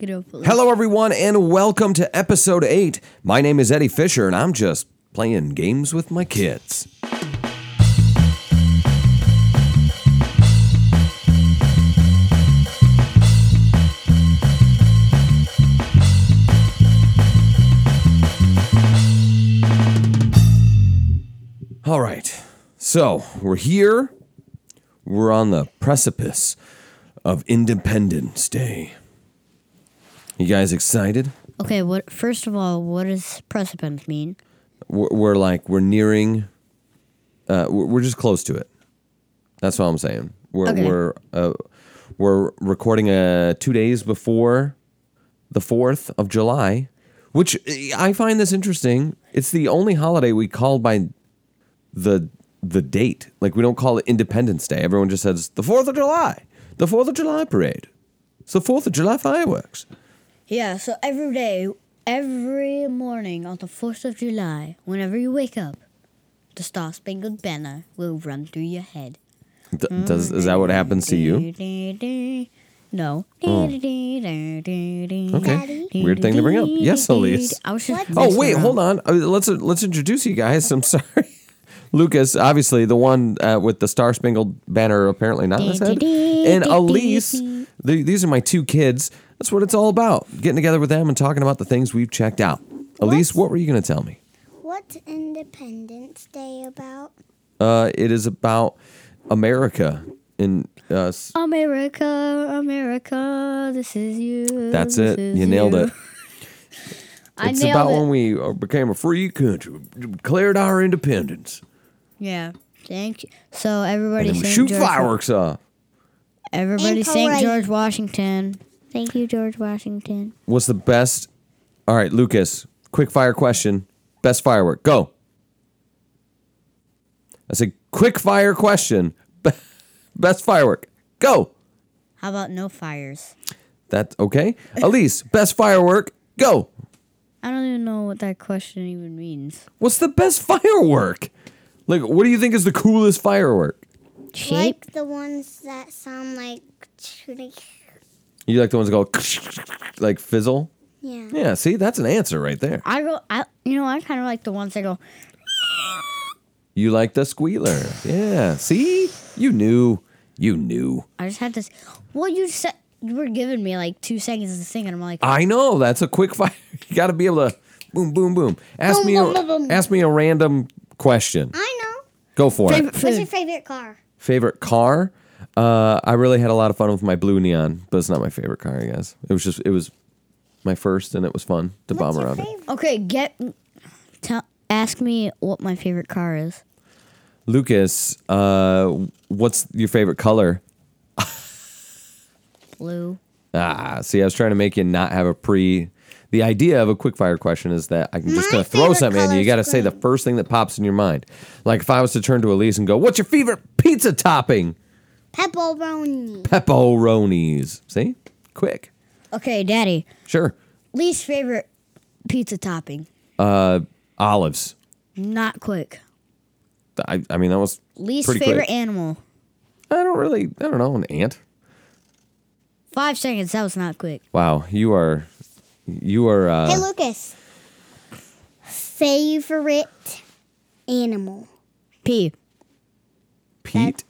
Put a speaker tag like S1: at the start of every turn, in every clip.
S1: Groopolis.
S2: Hello, everyone, and welcome to episode eight. My name is Eddie Fisher, and I'm just playing games with my kids. All right, so we're here. We're on the precipice of Independence Day. You guys excited?
S1: Okay, what first of all, what does precipice mean?
S2: we're, we're like we're nearing uh we're, we're just close to it that's what i'm saying we're
S1: Okay.
S2: we're uh, we're recording uh two days before the 4th of july which eh, i find this interesting it's the only holiday we call by the the date like we don't call it independence day everyone just says the 4th of july the 4th of july parade it's the 4th of july fireworks
S1: Yeah, so every day, every morning on the 4th of July, whenever you wake up, the Star Spangled Banner will run through your head.
S2: Th- does is that what happens to you Oh.
S1: No.
S2: Okay. Weird thing to bring up. Yes, Elise.
S1: I was just
S2: Oh wait, hold on. Uh, Let's let's introduce you guys. I'm sorry, Lucas. Obviously, the one uh, with the Star Spangled Banner apparently not in his head, and Elise. The, these are my two kids. That's what it's all about. Getting together with them and talking about the things we've checked out. Elise, what were you going to tell me?
S3: What's Independence Day about?
S2: Uh, it is about America and uh, s-
S1: Oh, America, America, this is you.
S2: that's
S1: this
S2: it.
S1: is
S2: You nailed it.
S1: I
S2: it's
S1: nailed
S2: about
S1: it.
S2: when we uh, became a free country, declared our independence,
S1: Yeah. Thank you. So everybody
S2: and then we
S1: sang
S2: shoot
S1: George,
S2: fireworks off.
S1: Everybody
S3: And
S1: sang
S3: parade.
S1: George Washington.
S3: Thank you, George Washington.
S2: What's the best? All right, Lucas, quick fire question. Best firework. Go. I said quick fire question. Be- Best firework. Go.
S1: How about no fires?
S2: That's okay. Elise, best firework. Go.
S1: I don't even know what that question even means.
S2: What's the best firework? Like, what do you think is the coolest firework?
S1: Shape?
S3: Like the ones that sound like shooting.
S2: You like the ones that go like fizzle?
S3: Yeah.
S2: Yeah, see, that's an answer right there.
S1: I go. I you know I kind of like the ones that go.
S2: You like the squealer. Yeah, see? You knew. You knew.
S1: I just had this. Well, you said you were giving me like two seconds to sing, and I'm like,
S2: I know that's a quick fire. You got to be able to boom, boom, boom. Ask
S3: Boom,
S2: me,
S3: boom,
S2: a,
S3: boom, boom.
S2: ask me a random question.
S3: I know.
S2: Go for
S1: favorite
S2: it.
S3: What's your
S1: food.
S3: favorite car?
S2: Favorite car? Uh, I really had a lot of fun with my blue neon, but it's not my favorite car. I guess it was just it was my first, and it was fun to
S3: What's
S2: bomb
S3: your
S2: around. in.
S3: favorite?
S1: Okay, get. Tell, ask me what my favorite car is.
S2: Lucas, uh, what's your favorite color?
S1: Blue.
S2: Ah, see, I was trying to make you not have a pre. The idea of a quick fire question is that I'm just
S3: My
S2: going to throw
S3: favorite
S2: something at you.
S3: color
S2: You
S3: is
S2: got to say the
S3: green.
S2: first thing that pops in your mind. Like if I was to turn to Elise and go, "What's your favorite pizza topping?"
S1: Uh.
S3: Pepperoni.
S2: Pepperonis. See, quick,
S1: Okay, Daddy.
S2: sure.
S1: Least favorite pizza topping.
S2: Olives.
S1: Not quick.
S2: I, I mean that was
S1: Least
S2: pretty
S1: favorite
S2: Quick.
S1: animal.
S2: I don't really. I don't know an ant.
S1: Five seconds. That was not quick.
S2: Wow, you are, you are. Uh,
S3: Hey, Lucas. Favorite animal?
S1: P.
S2: Pete.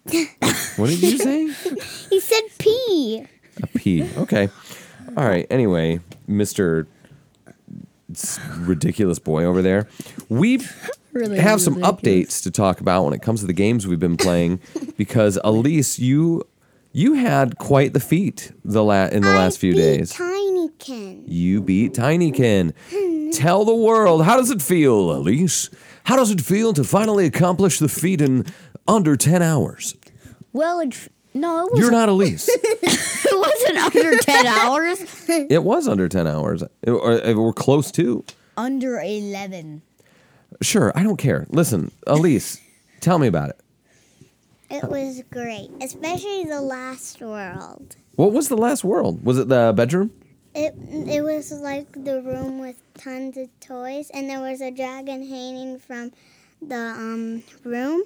S2: what did you say?
S3: He said pee.
S2: A P. Okay. All right. Anyway, Mr. s- Ridiculous boy over there. We
S1: Really
S2: have some
S1: ridiculous.
S2: updates to talk about when it comes to the games we've been playing because Elise, you you had quite the feat the la- in the last few days.
S3: Tinykin.
S2: you beat Tinykin. Tell the world, how does it feel, Elise? How does it feel to finally accomplish the feat in under 10 hours?
S1: Well, it, f- no, it was
S2: You're not Elise.
S1: it wasn't under 10 hours.
S2: It was under 10 hours. It- or- or we're close to.
S1: Under 11.
S2: Sure, I don't care. Listen, Elise, tell me about it.
S3: It was great, especially the last world.
S2: What was the last world? Was it the bedroom?
S3: It, it was like the room with tons of toys, and there was a dragon hanging from the um, room,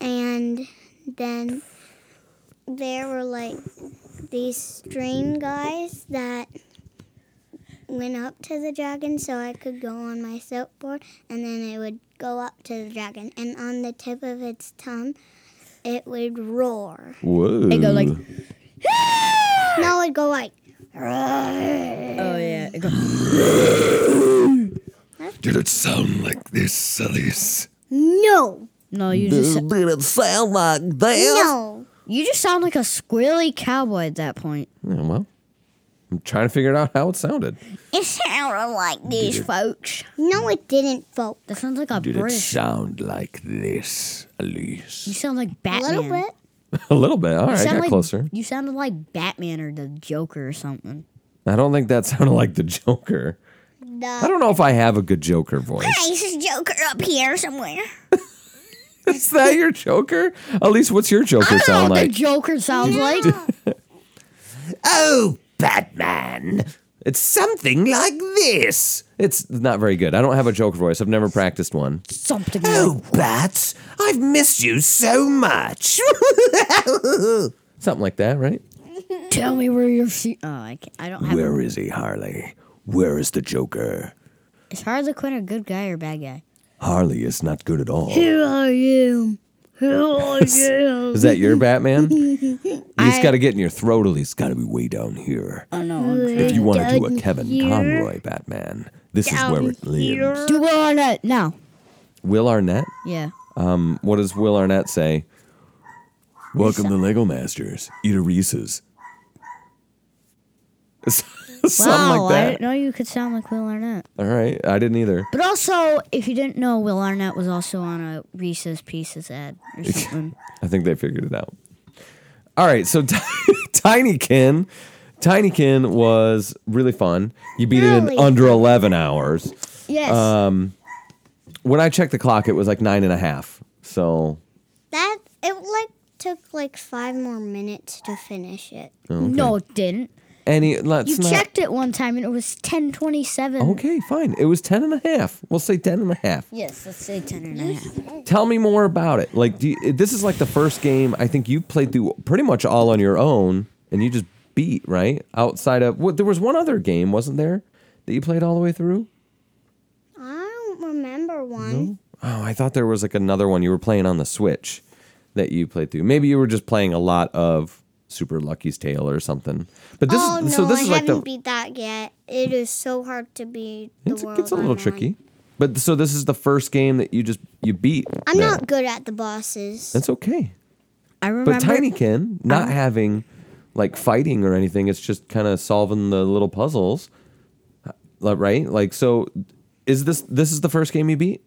S3: and then there were like these string guys that went up to the dragon so I could go on my soapboard, and then it would go up to the dragon, and on the tip of its tongue, it would roar.
S2: Whoa.
S1: It go like,
S3: No, it'd go like.
S1: oh yeah, it go,
S2: Did it sound like this, Alice?
S3: No,
S1: no, you just
S2: Did it sound like this?
S3: no.
S1: you just sound like a squirrely cowboy at that point.
S2: Yeah, well, I'm trying to figure out how it sounded.
S1: It sounded like these folks.
S3: No, it didn't, folk.
S1: That sounds like a
S2: Did it
S1: British.
S2: sound like this,
S1: You
S2: Elise?
S1: sound like
S3: A
S1: Batman.
S3: little bit.
S2: a little bit. All
S1: You
S2: right,
S1: sound
S2: got
S1: like,
S2: closer.
S1: You sounded like Batman or the Joker or something.
S2: I don't think that sounded like the Joker. I
S3: The
S2: don't know if I have a good Joker voice.
S1: Nice Joker up here somewhere.
S2: Is that your Joker? Elise, what's your Joker
S1: I don't
S2: sound
S1: know what the
S2: like?
S1: Joker sounds like.
S2: Oh, Batman. It's something like this. It's not very good. I don't have a Joker voice. I've never practiced one.
S1: Something like
S2: Bat, Oh, I've missed you so much. Something like that, right?
S1: Tell me where your feet. Oh, I, can't, I don't have. a-
S2: is he, Harley? Where is the Joker?
S1: Is Harley Quinn a good guy or bad guy?
S2: Harley is not good at all.
S1: Who are you? Who are you?
S2: Is that your Batman? He's
S1: I-
S2: got to get in your throat, or he's got to be way down here.
S1: Oh no.
S2: If you want to do a
S3: Down
S2: Kevin
S3: here.
S2: Conroy Batman, this is where it lives.
S1: Do Will Arnett now.
S2: Will Arnett?
S1: Yeah.
S2: Um, what does Will Arnett say? Welcome to Lego Masters. Eat a Reese's. Something
S1: wow,
S2: like
S1: I
S2: that.
S1: didn't know you could sound like Will Arnett.
S2: All right, I didn't either.
S1: But also, if you didn't know, Will Arnett was also on a Reese's Pieces ad or something.
S2: I think they figured it out. All right, so t- Tinykin, Tinykin was really fun. You beat it in
S3: Really
S2: under eleven hours.
S1: yes.
S2: When I checked the clock, it was like nine and a half. So
S3: that it like took like five more minutes to finish it.
S2: Uh.
S1: No, it didn't.
S2: any let's
S1: You
S2: not.
S1: checked it one time and it was 1027.
S2: Okay, fine. It was ten and a half. We'll say ten and a half.
S1: Yes, let's say 10 and a half.
S2: Tell me more about it. Like, do you, this is like the first game I think you played through pretty much all on your own, and you just beat right outside of. What, there was one other game, wasn't there, that you played all the way through?
S3: I don't remember one.
S2: Oh, I thought there was like another one you were playing on the Switch that you played through. Maybe you were just playing a lot of Super Lucky's Tale or something. But this
S3: oh
S2: is
S3: no,
S2: so this
S3: I
S2: is like
S3: haven't
S2: the
S3: beat that yet. It is so hard to beat the
S2: it's,
S3: world.
S2: it's a little
S3: online.
S2: tricky. But so this is the first game that you just you beat.
S3: I'm
S2: now.
S3: not good at the bosses.
S2: That's okay.
S1: I remember. uh-huh.
S2: But Tinykin not having like fighting or anything, it's just kind of solving the little puzzles. Like, Right? Like so is this this is the first game you beat?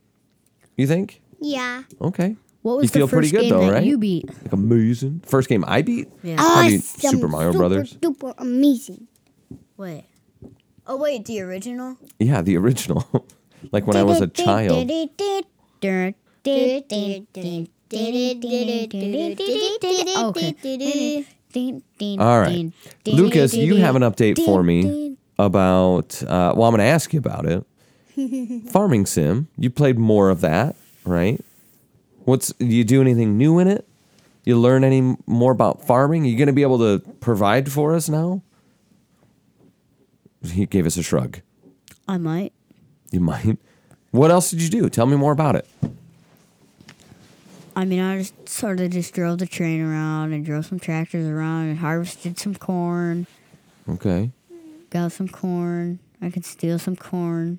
S2: You think?
S3: yeah.
S2: Okay.
S1: what was
S2: you feel
S1: the first game
S2: pretty good though,
S1: that
S2: right?
S1: you beat?
S2: Like amazing. First game I beat.
S1: Yeah.
S3: Oh,
S2: Probably
S3: it's some
S2: Super Mario
S3: super
S2: Brothers.
S3: Duper amazing.
S1: Wait. Oh, wait, the original?
S2: Yeah, the original. like when I was a
S1: Dun,
S2: child.
S1: dun, dun, dun, dun, dun, dun, dun, dun. Okay. Dun, dun, dun,
S2: All right.
S1: dun,
S2: Lucas,
S1: dun,
S2: you
S1: dun,
S2: have an update
S1: dun,
S2: for me
S1: dun.
S2: about uh, well, I'm going to ask you about it. Farming sim. You played more of that, right? What's do you do anything new in it? You learn any m- more about farming? You going to be able to provide for us now? He gave us a shrug.
S1: I might.
S2: You might. What else did you do? Tell me more about it.
S1: I mean, I just sort of just drove the train around and drove some tractors around and harvested some corn,
S2: Okay.
S1: got some corn. I could steal some corn.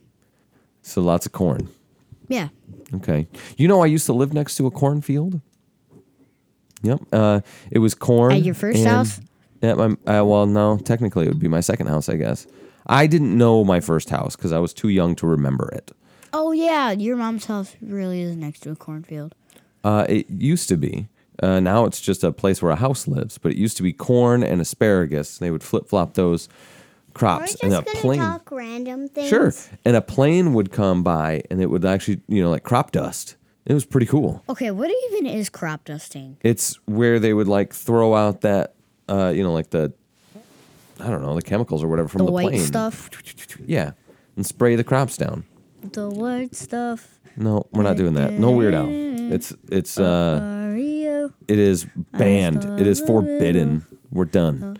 S2: So lots of corn.
S1: Yeah.
S2: Okay. You know, I used to live next to a cornfield. Yep. Uh, it was corn.
S1: At your first
S2: and-
S1: house?
S2: Yeah. My, uh, well, no. Technically, it would be my second house, I guess. I didn't know my first house because I was too young to remember it.
S1: Oh, yeah. Your mom's house really is next to a cornfield.
S2: Uh, it used to be. Uh, now it's just a place where a house lives, but it used to be corn and asparagus. They would flip flop those
S3: We're
S2: crops,
S3: just
S2: and a
S3: gonna
S2: plane.
S3: talk random things.
S2: Sure. And a plane would come by, and it would actually, you know, like crop dust. It was pretty cool.
S1: Okay, what even is crop dusting?
S2: it's where they would like throw out that uh you know like the i don't know the chemicals or whatever from
S1: The
S2: the,
S1: white
S2: plane
S1: stuff?
S2: yeah and spray the crops down
S1: The white stuff.
S2: no we're not doing that no weird out it's it's uh
S1: Mario.
S2: it is banned it is forbidden we're done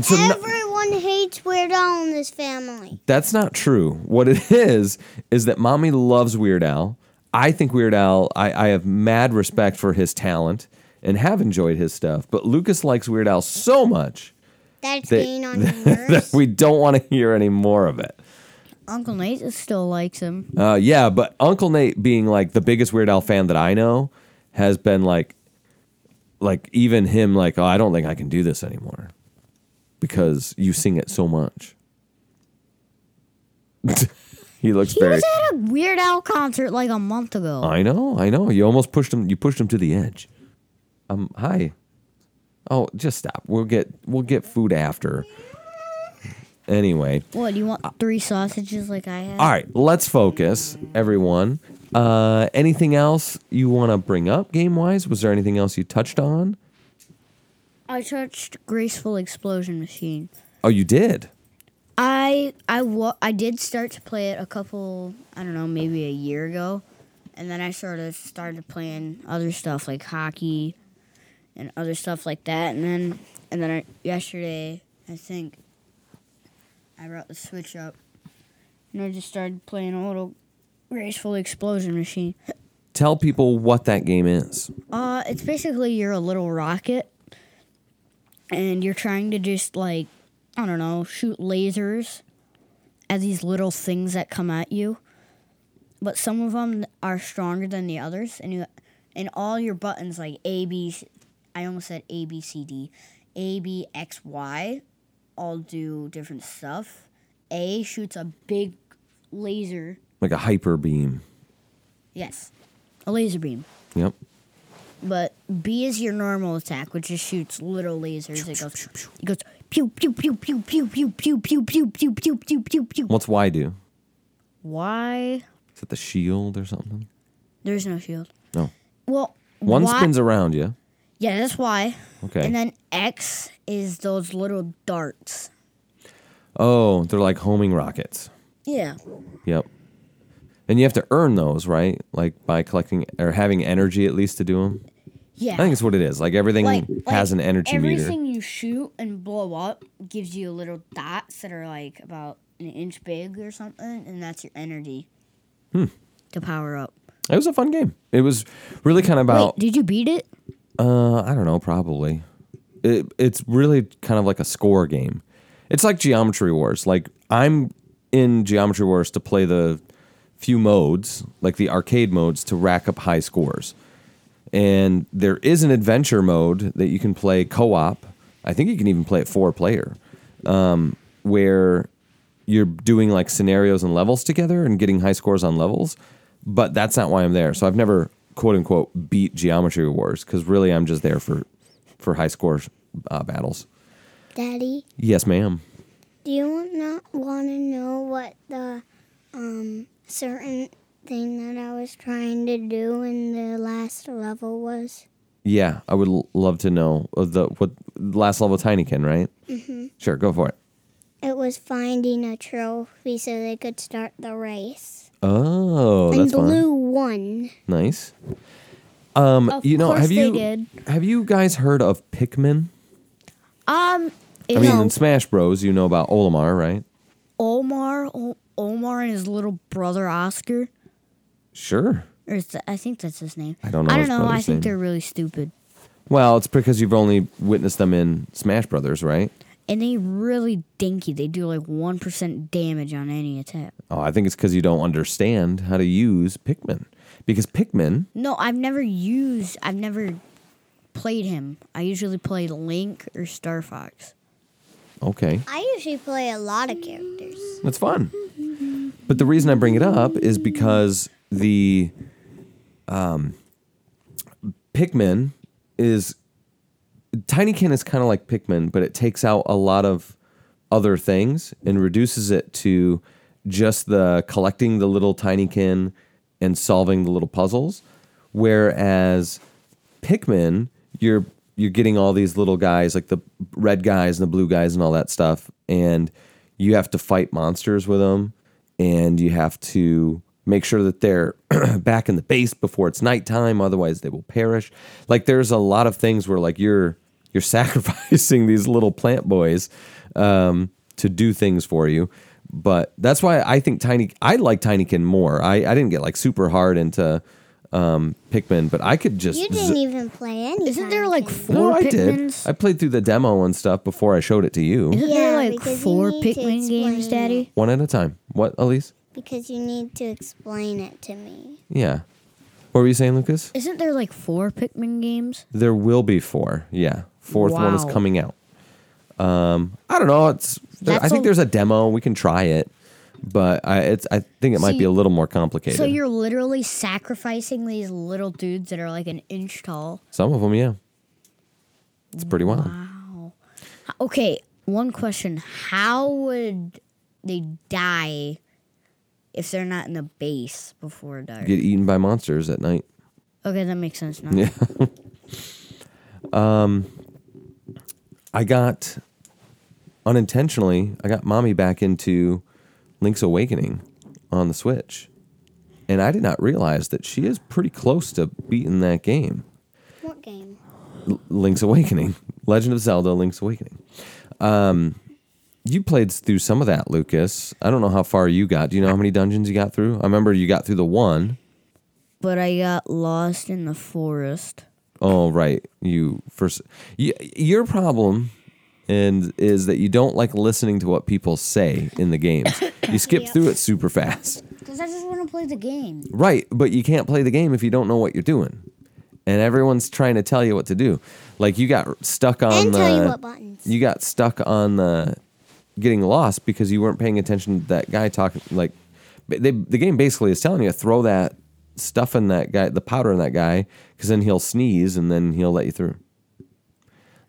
S2: so no-
S3: Everyone hates hates Weird Al and his family.
S2: That's not true. What it is is that mommy loves Weird Al. I think Weird Al. I, I have mad respect for his talent and have enjoyed his stuff. But Lucas likes Weird Al so much
S3: That's
S2: They-
S3: being on your nerves.
S2: that we don't want to hear any more of it.
S1: Uncle Nate is- still likes him.
S2: Uh, yeah, but Uncle Nate being like the biggest Weird Al fan that I know has been like, like even him like, oh, I don't think I can do this anymore because you sing it so much. he looks
S1: He
S2: very.
S1: was at a Weird Al concert like a month ago.
S2: I know, I know. You almost pushed him. You pushed him to the edge. Um, hi. Oh, just stop. We'll get we'll get food after. Anyway.
S1: what, do you want three sausages like I had?
S2: All right, let's focus, everyone. Uh, anything else you want to bring up game wise? Was there anything else you touched on?
S1: I touched Graceful Explosion Machine.
S2: Oh, you did.
S1: I I wa- I did start to play it a couple I don't know maybe a year ago, and then I sort of started playing other stuff like hockey, and other stuff like that, and then and then I, yesterday I think I brought the Switch up, and I just started playing a little graceful explosion machine.
S2: Tell people what that game is.
S1: Uh, it's basically you're a little rocket, and you're trying to just like, I don't know, shoot lasers at these little things that come at you. But some of them are stronger than the others, and you, and all your buttons like A B, C- I almost said A B C D, A B X Y, all do different stuff. A shoots a big laser.
S2: Like a hyper beam.
S1: Yes, a laser beam.
S2: Yep.
S1: But B is your normal attack, which just shoots little lasers. It goes, it goes pew pew pew pew pew pew pew pew pew pew pew pew pew pew.
S2: What's Y do?
S1: Why?
S2: Is it the shield or something?
S1: There's no shield.
S2: No.
S1: Well,
S2: One
S1: Y-
S2: spins around you.
S1: Yeah, that's why.
S2: Okay.
S1: And then X is those little darts.
S2: oh, they're like homing rockets.
S1: Yeah.
S2: Yep. And you have to earn those, right? Like by collecting or having energy at least to do them.
S1: Yeah.
S2: I think it's what it is. Like everything
S1: like,
S2: has
S1: like,
S2: an energy meter.
S1: Everything you shoot and blow up gives you little dots that are like about an inch big or something, and that's your energy
S2: Hmm.
S1: to power up.
S2: It was a fun game. It was really kind of
S1: Wait,
S2: about
S1: did you beat it?
S2: uh, I don't know, probably. It, it's really kind of like a score game. It's like Geometry Wars. Like I'm in Geometry Wars to play the few modes, like the arcade modes, to rack up high scores. And there is an adventure mode that you can play co-op. I think you can even play it four player, um, where you're doing like scenarios and levels together and getting high scores on levels. But that's not why I'm there. So I've never quote unquote beat Geometry Wars because really I'm just there for for high score uh, battles.
S3: Daddy,
S2: Yes, ma'am.
S3: do you not want to know what the um certain thing that I was trying to do in the last level was?
S2: Yeah, I would l- love to know uh, the what last level Tinykin, right? Mm-hmm. Sure, go for it.
S3: It was finding a trophy so they could start the race.
S2: Oh,
S3: and
S2: that's fun.
S3: Blue won.
S2: Nice. Um,
S1: Of
S2: you know,
S1: course
S2: have
S1: they
S2: you
S1: did.
S2: have you guys heard of Pikmin?
S1: Um,
S2: I mean, in Smash Bros, you know about Olimar, right?
S1: Omar, o- Omar and his little brother Oscar,
S2: Sure.
S1: or is that, I think that's his name.
S2: I don't know
S1: I
S2: his
S1: don't know. I
S2: brother's
S1: think
S2: name.
S1: they're really stupid,
S2: Well, it's because you've only witnessed them in Smash Brothers, right?
S1: and they really dinky. They do like one percent damage on any attack.
S2: Oh, I think it's because you don't understand how to use Pikmin. Because Pikmin,
S1: No, I've never used. I've never played him. I usually play Link or Star Fox.
S2: okay,
S3: I usually play a lot of characters.
S2: that's fun. But the reason I bring it up is because the um, Pikmin is Tinykin is kind of like Pikmin, but it takes out a lot of other things and reduces it to just the collecting the little Tinykin and solving the little puzzles. Whereas Pikmin, you're you're getting all these little guys, like the red guys and the blue guys and all that stuff, and you have to fight monsters with them, and you have to make sure that they're back in the base before it's nighttime, otherwise they will perish. Like there's a lot of things where like you're you're sacrificing these little plant boys um, to do things for you. But that's why I think Tiny. I like Tinykin more. I, I didn't get like super hard into um, Pikmin, but I could just.
S3: You
S2: z-
S3: didn't even play any.
S1: Isn't there like
S3: Pikmin.
S1: four
S2: no, I did.
S1: Pikmins?
S2: I played through the demo and stuff before I showed it to you.
S1: Isn't there
S3: Yeah,
S1: like
S3: because you
S1: four
S3: need to
S1: Pikmin
S3: explain
S1: games,
S3: it.
S1: Daddy?
S2: One at a time. What, Elise?
S3: because you need to explain it to me.
S2: Yeah. What were you saying, Lucas?
S1: Isn't there like four Pikmin games?
S2: There will be four. Yeah, fourth one is
S1: Wow.
S2: coming out. Um, I don't know. It's. There, I
S1: That's
S2: think
S1: a-
S2: there's a demo. We can try it, but I it's. I think it might
S1: So
S2: be a
S1: you-
S2: little more complicated.
S1: So you're literally sacrificing these little dudes that are like an inch tall.
S2: Some of them, yeah. It's pretty wild.
S1: Wow. Okay, one question. How would they die if they're not in the base before dark?
S2: Get eaten by monsters at night.
S1: Okay, that makes sense now.
S2: Yeah. um, I got unintentionally. I got mommy back into Link's Awakening on the Switch, and I did not realize that she is pretty close to beating that game.
S3: What game?
S2: L- Link's Awakening, Legend of Zelda: Link's Awakening. Um, you played through some of that, Lucas. I don't know how far you got. Do you know how many dungeons you got through? I remember you got through the one.
S1: But I got lost in the forest.
S2: Oh right, you first. Y- your problem, and is that you don't like listening to what people say in the games. You skip through it super fast.
S1: Because I just want to play the game.
S2: Right, but you can't play the game if you don't know what you're doing, and everyone's trying to tell you what to do. Like you got stuck on
S3: and
S2: the.
S3: tell you what buttons.
S2: you got stuck on the getting lost because you weren't paying attention to that guy talking like ba- they, the game basically is telling you throw that stuff in that guy the powder in that guy because then he'll sneeze and then he'll let you through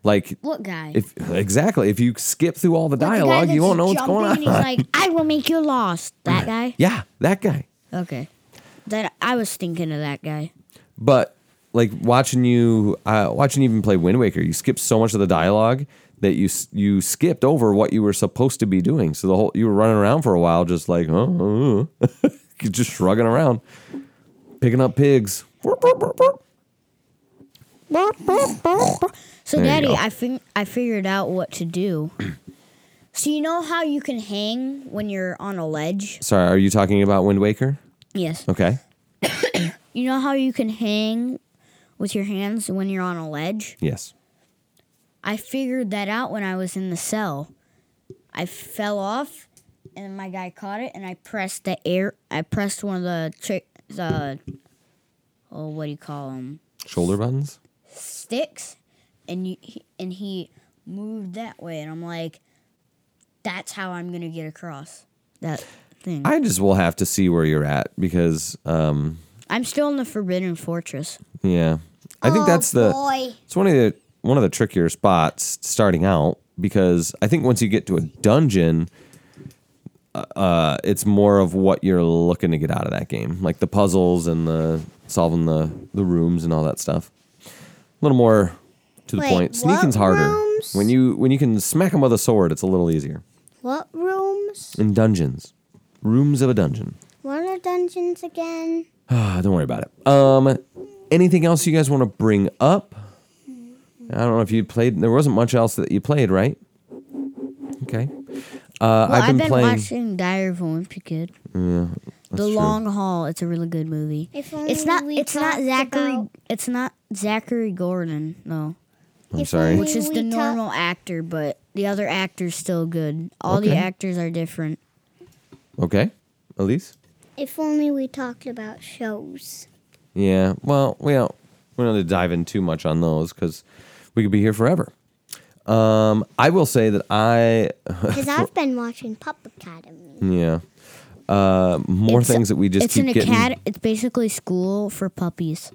S2: like
S1: What guy?
S2: if exactly if you skip through all the
S1: Like the guy
S2: dialogue you
S1: that's
S2: won't know what's
S1: jumping
S2: going on
S1: and He's like, I will make you lost. That guy?
S2: yeah that guy
S1: Okay. That I was thinking of that guy.
S2: but like watching you uh, watching you even play Wind Waker, you skipped so much of the dialogue that you s- you skipped over what you were supposed to be doing. So the whole you were running around for a while, just like huh, huh, huh." You're just shrugging around, picking up pigs. Burp, burp, burp, burp.
S1: So,
S2: There you
S1: Daddy,
S2: go.
S1: I think I figured out what to do. so you know how you can hang when you're on a ledge?
S2: Sorry, are you talking about Wind Waker?
S1: Yes.
S2: Okay,
S1: You know how you can hang with your hands when you're on a ledge?
S2: yes.
S1: I figured that out when I was in the cell. I fell off, and my guy caught it, and I pressed the air. I pressed one of the trick the oh, what do you call them?
S2: Shoulder buttons.
S1: Sticks, and you he- and he moved that way, and I'm like, that's how I'm gonna get across that thing.
S2: I just will have to see where you're at because um,
S1: I'm still in the Forbidden Fortress.
S2: yeah, I think that's the.
S3: Oh, boy.
S2: It's one of the one of the trickier spots starting out because I think once you get to a dungeon, uh, it's more of what you're looking to get out of that game, like the puzzles and the solving the the rooms and all that stuff. A little more to the
S3: Wait,
S2: point. Sneaking's
S3: what
S2: harder
S3: rooms?
S2: when you when you can smack them with a sword. It's a little easier
S3: What rooms?
S2: in dungeons, rooms of a dungeon.
S3: What are dungeons again?
S2: Ah, don't worry about it. Um, anything else you guys want to bring up? I don't know if you played. There wasn't much else that you played, right? Okay. Uh,
S1: Well,
S2: I've been, playing.
S1: watching Diary of a Wimpy Kid. the
S2: true.
S1: Long Haul. It's a really good movie.
S3: If
S1: It's
S3: only
S1: not.
S3: we
S1: It's not
S3: talked
S1: Zachary.
S3: about-
S1: It's not Zachary Gordon though,
S2: I'm
S3: if
S2: sorry.
S3: only-
S1: which is
S3: we
S1: the
S3: talk-
S1: normal actor, but the other actor's still good. All the
S2: Okay.
S1: actors are different.
S2: Okay, Elise.
S3: If only we talked about shows.
S2: Yeah. Well, we don't. We don't need to dive in too much on those because we could be here forever. Um, I will say that I.
S3: Because I've been watching Pup Academy.
S2: Yeah. Uh, more
S1: It's-
S2: things that we just
S1: it's
S2: keep
S1: an
S2: getting.
S1: acad. It's basically school for puppies.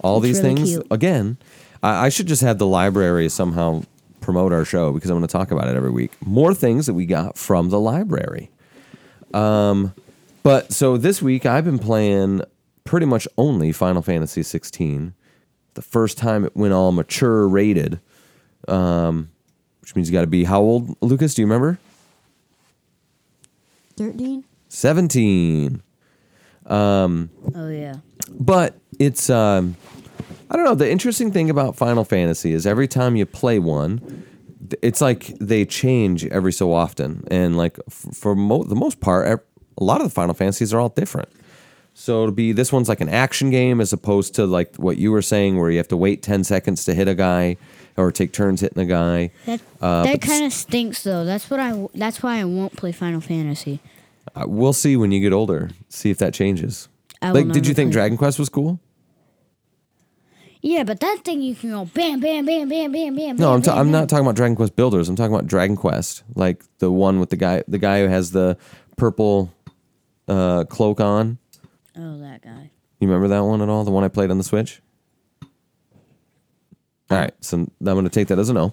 S2: all
S1: It's
S2: these
S1: really
S2: things
S1: cute.
S2: again I, I should just have the library somehow promote our show because i'm going to talk about it every week more things that we got from the library um, but so this week i've been playing pretty much only final fantasy 16 the first time it went all mature rated um, which means you got to be how old lucas do you remember
S1: Thirteen.
S2: 17
S1: Oh yeah.
S2: but it's um i don't know the interesting thing about final fantasy is every time you play one th- it's like they change every so often, and like f- for mo- the most part, ev- a lot of the Final Fantasies are all different. So to be this one's like an action game as opposed to like what you were saying, where you have to wait ten seconds to hit a guy or take turns hitting a guy.
S1: That
S2: Uh,
S1: that
S2: but s-
S1: kind of stinks though. That's what I. w- That's why I won't play Final Fantasy.
S2: Uh, we'll see when you get older. See if that changes.
S1: I will
S2: like, did
S1: never
S2: you think
S1: play-
S2: Dragon Quest was cool?
S1: Yeah, but that thing you can go bam, bam, bam, bam, bam, bam.
S2: No,
S1: bam,
S2: I'm, t-
S1: bam,
S2: I'm
S1: bam.
S2: not talking about Dragon Quest Builders. I'm talking about Dragon Quest, like the one with the guy, the guy who has the purple uh, cloak on.
S1: Oh, that guy.
S2: You remember that one at all? The one I played on the Switch. All right, so I'm going to take that as a no.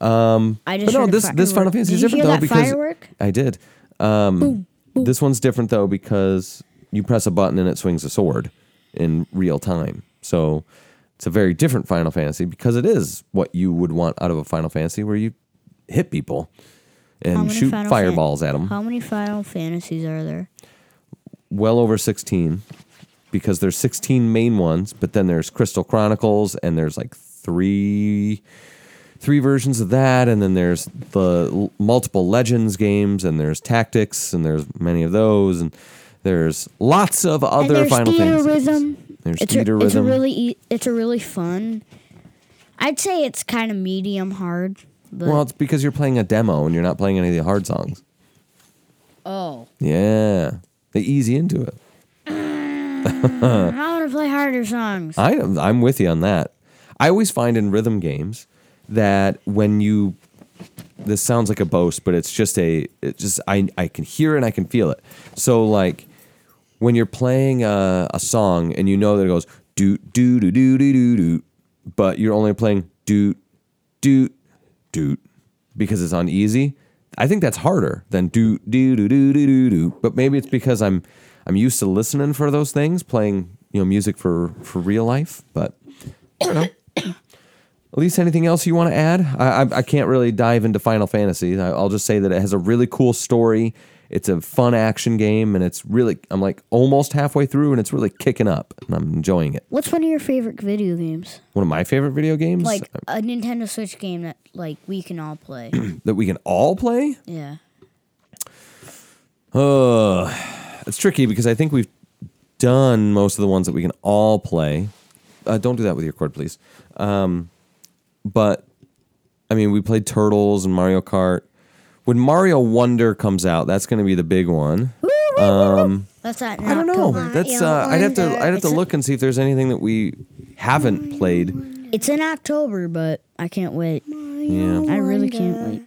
S1: I just.
S2: But no,
S1: heard a
S2: this this Final
S1: firework.
S2: Fantasy is
S1: Did you hear
S2: different though
S1: that
S2: because
S1: firework?
S2: I did. Um, This one's different though because you press a button and it swings a sword in real time. So it's a very different Final Fantasy because it is what you would want out of a Final Fantasy where you hit people and
S1: many
S2: shoot
S1: Final Fan-
S2: fireballs at 'em. at them.
S1: How many Final Fantasies are there?
S2: Well over 16 because there's 16 main ones, but then there's Crystal Chronicles and there's like 3 three versions of that, and then there's the l- multiple Legends games, and there's Tactics, and there's many of those, and there's lots of other
S1: and there's
S2: Final
S1: theater
S2: Fantasies.
S1: rhythm.
S2: There's
S1: it's, a,
S2: theater
S1: it's a
S2: rhythm.
S1: really e- it's a really fun. I'd say it's kind of medium hard. But,
S2: well, it's because you're playing a demo and you're not playing any of the hard songs.
S1: oh,
S2: Yeah, they easy into it. uh-huh.
S1: I want to play harder songs.
S2: I I'm with you on that. I always find in rhythm games that when you this sounds like a boast, but it's just a it just I I can hear it and I can feel it. So like when you're playing a, a song and you know that it goes do do do do do do do, but you're only playing do do do because it's on easy. I think that's harder than do do do do do do do. But maybe it's because I'm I'm used to listening for those things, playing you know music for for real life. But I don't know. At least anything else you want to add? I, I, I can't really dive into Final Fantasy. I, I'll just say that it has a really cool story. It's a fun action game, and it's really I'm like almost halfway through, and it's really kicking up, and I'm enjoying it.
S1: What's one of your favorite video games?
S2: One of my favorite video games
S1: Like a Nintendo Switch game that like we can all play.
S2: that we can all play.
S1: yeah.
S2: Uh, it's tricky because I think we've done most of the ones that we can all play. Uh, don't do that with your cord, please. Um, but I mean, we played Turtles and Mario Kart. When Mario Wonder comes out, that's going to be the big one.
S1: That's that.
S2: Um, I don't know.
S1: October.
S2: That's
S3: Mario
S2: uh, I'd have to
S3: Wonder.
S2: I'd have to
S1: It's a-
S2: look and see if there's anything that we haven't played.
S1: It's in October, but I can't wait.
S2: Yeah,
S1: I really can't
S3: Wonder.
S1: wait.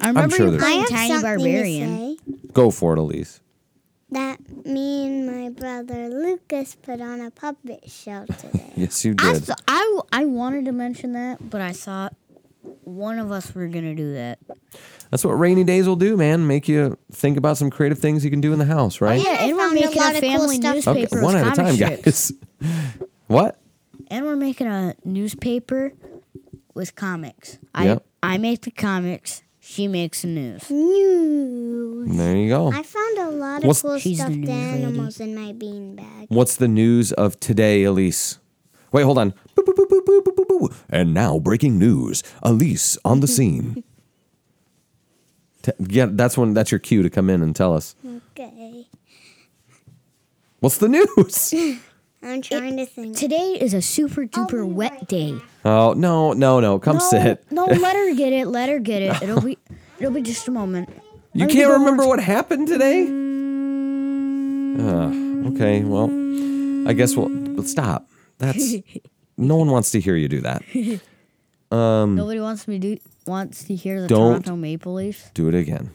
S1: I remember
S2: sure
S1: you
S2: there's-
S3: I
S1: playing
S3: have
S1: Tiny
S3: something
S1: Barbarian.
S3: to say
S2: go for it, Elise.
S3: that me and my brother Lucas put on a puppet show today.
S2: Yes, you
S1: I,
S2: did.
S1: th- I, w- I wanted to mention that, but I thought one of us were gonna do that.
S2: That's what rainy days will do, man. Make you think about some creative things you can do in the house, right?
S1: Yeah, and
S3: I
S1: we're
S3: found a
S1: making
S3: lot
S1: a
S3: of cool
S1: family
S3: stuff.
S1: newspaper with
S2: one at a time,
S1: comic strips.
S2: guys. what?
S1: And we're making a newspaper with comics.
S2: Yep.
S1: I I make the comics. She makes the news.
S3: News.
S2: There you go.
S3: I found a lot of
S2: What's-
S3: cool
S1: She's the news
S3: stuffed
S1: lady. Mm.
S3: animals in my beanbag.
S2: What's the news of today, Elise? Wait, hold on. Boop, boop, boop, boop, boop, boop, boop, boop. And now, breaking news: Elise on the scene. T- yeah, that's when that's your cue to come in and tell us
S3: Okay.
S2: what's the news.
S3: I'm trying to think.
S1: Today is a super duper wet day.
S2: oh no, no, no! Come
S1: no,
S2: sit.
S1: no, let her get it. Let her get it. It'll be it'll be just a moment.
S2: You
S1: Let me
S2: can't
S1: go
S2: remember what happened today? Ugh, okay, well, I guess we'll but stop. That's no one wants to hear you do that.
S1: Nobody wants me to wants to hear the
S2: Um, Don't.
S1: Toronto Maple Leafs.
S2: Do it again.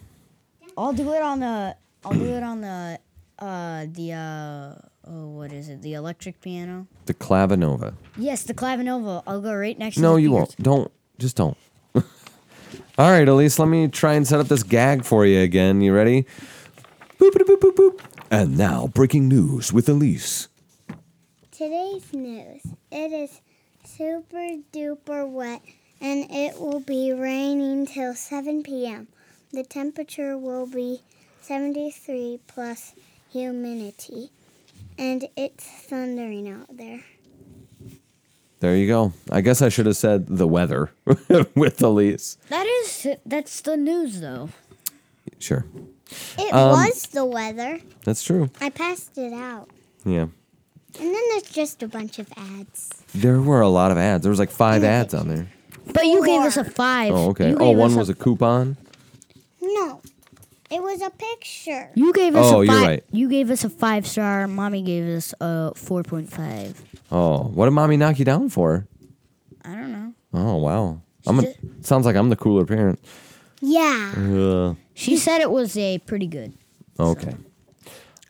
S1: I'll do it on the I'll do it on the uh the uh oh what is it? The electric piano.
S2: The clavinova.
S1: Yes, the clavinova. I'll go right next to
S2: No,
S1: the
S2: you
S1: speakers.
S2: won't. Don't. Just don't. All right, Elise, let me try and set up this gag for you again. You ready? Boop, boop, boop, boop, boop. And now, breaking news with Elise.
S3: Today's news. It is super duper wet and it will be raining till 7 p.m. The temperature will be 73 plus humidity and it's thundering out there.
S2: There you go. I guess I should have said the weather with Elise.
S1: That That's it. That's the news, though.
S2: Sure.
S3: It
S2: Um,
S3: was the weather.
S2: That's true.
S3: I passed it out.
S2: Yeah.
S3: And then there's just a bunch of ads.
S2: There were a lot of ads. There was like five ads on there.
S1: But you gave us a five.
S2: Oh, okay.
S1: You
S2: Oh,
S1: gave
S2: one
S1: us
S2: was a coupon.
S3: No, it was a picture.
S1: You gave us.
S2: Oh,
S1: a
S2: you're
S1: five,
S2: right.
S1: You gave us a five star. Mommy gave us a four point five.
S2: Oh, what did mommy knock you down for?
S1: I don't know.
S2: Oh, wow. I'm a,
S1: She
S2: sounds like I'm the cooler parent. Mm,
S3: Yeah.
S2: Ugh.
S1: She said it was a pretty good.
S2: Okay.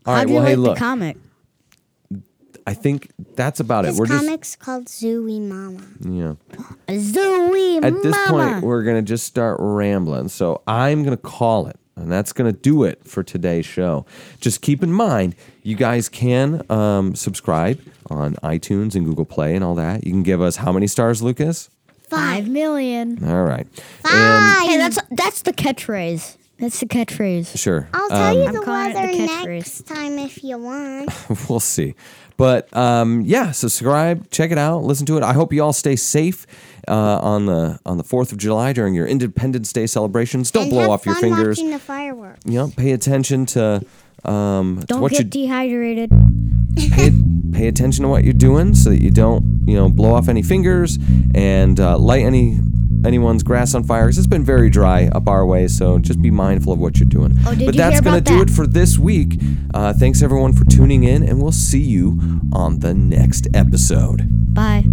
S2: All right.
S1: How'd you
S2: Well,
S1: like
S2: hey,
S1: the
S2: look.
S1: comic?
S2: I think that's about it.
S3: This
S2: We're just
S3: comic's called Zooey Mama.
S2: yeah.
S1: Zooey
S2: At this
S1: mama.
S2: point, we're gonna just start rambling. So I'm gonna call it, and that's gonna do it for today's show. Just keep in mind, you guys can um, subscribe on iTunes and Google Play and all that. You can give us how many stars, Lucas?
S1: five million.
S2: All right.
S3: Five.
S1: Hey, that's that's the catchphrase. That's the catchphrase.
S2: sure. um,
S3: I'll tell you the
S1: calling it the
S3: weather
S1: catchphrase.
S3: next time if you want.
S2: we'll see. But um, yeah, subscribe, check it out, listen to it. I hope you all stay safe uh, on the on the Fourth of July during your Independence Day celebrations. Don't
S3: And
S2: blow
S3: have
S2: off your
S3: fun
S2: fingers.
S3: Watching the fireworks.
S2: You know, pay attention to um, to
S1: Don't
S2: what
S1: get
S2: you
S1: dehydrated.
S2: pay, pay attention to what you're doing so that you don't you know blow off any fingers and uh, light any anyone's grass on fire 'cause it's been very dry up our way so just be mindful of what you're doing
S1: Oh, did
S2: but
S1: you
S2: that's
S1: hear
S2: gonna
S1: about
S2: do
S1: that?
S2: it for this week uh, thanks everyone for tuning in and we'll see you on the next episode
S1: Bye.